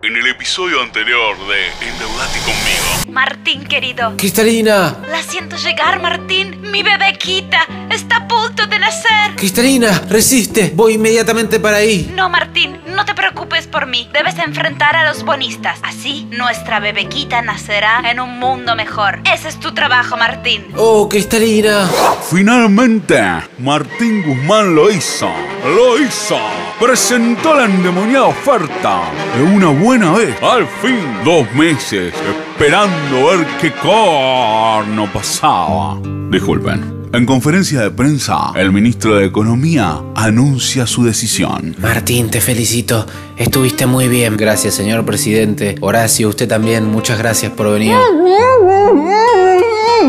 en el episodio anterior de Endeudate conmigo. Martín, querido. Cristalina, La siento llegar, Martín. Mi bebequita está a punto de nacer. Cristalina, resiste. Voy inmediatamente para ahí. No, Martín, no te preocupes por mí. Debes enfrentar a los bonistas. Así, nuestra bebequita nacerá en un mundo mejor. Ese es tu trabajo, Martín. Oh, Cristalina. Finalmente, Martín Guzmán lo hizo. Lo hizo. Presentó la endemoniada oferta. De una buena vez. Al fin, dos meses esperando ver qué corno pasaba. Disculpen. En conferencia de prensa, el ministro de Economía anuncia su decisión. Martín, te felicito. Estuviste muy bien. Gracias, señor presidente. Horacio, usted también. Muchas gracias por venir.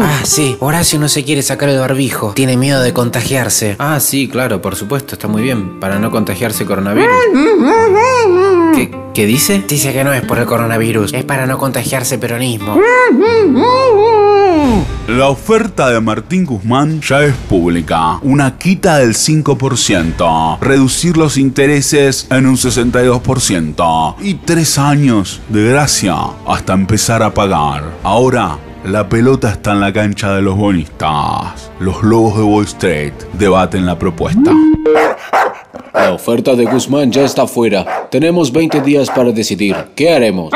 Ah, sí. Horacio no se quiere sacar el barbijo. Tiene miedo de contagiarse. Ah, sí, claro, por supuesto. Está muy bien. Para no contagiarse coronavirus. ¿Qué, qué dice? Mm. Dice que no es por el coronavirus. Es para no contagiarse peronismo. La oferta de Martín Guzmán ya es pública. Una quita del 5%, reducir los intereses en un 62% y tres años de gracia hasta empezar a pagar. Ahora, la pelota está en la cancha de los bonistas. Los lobos de Wall Street debaten la propuesta. La oferta de Guzmán ya está fuera. Tenemos 20 días para decidir. ¿Qué haremos?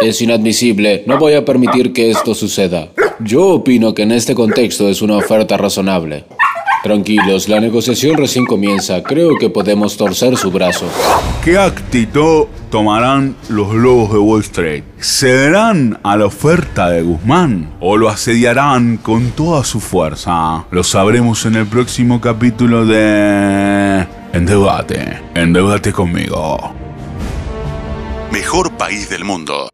Es inadmisible. No voy a permitir que esto suceda. Yo opino que en este contexto es una oferta razonable. Tranquilos, la negociación recién comienza. Creo que podemos torcer su brazo. ¿Qué actitud tomarán los lobos de Wall Street? ¿Cederán a la oferta de Guzmán o lo asediarán con toda su fuerza? Lo sabremos en el próximo capítulo de... Endeudate, endeudate conmigo. Mejor país del mundo.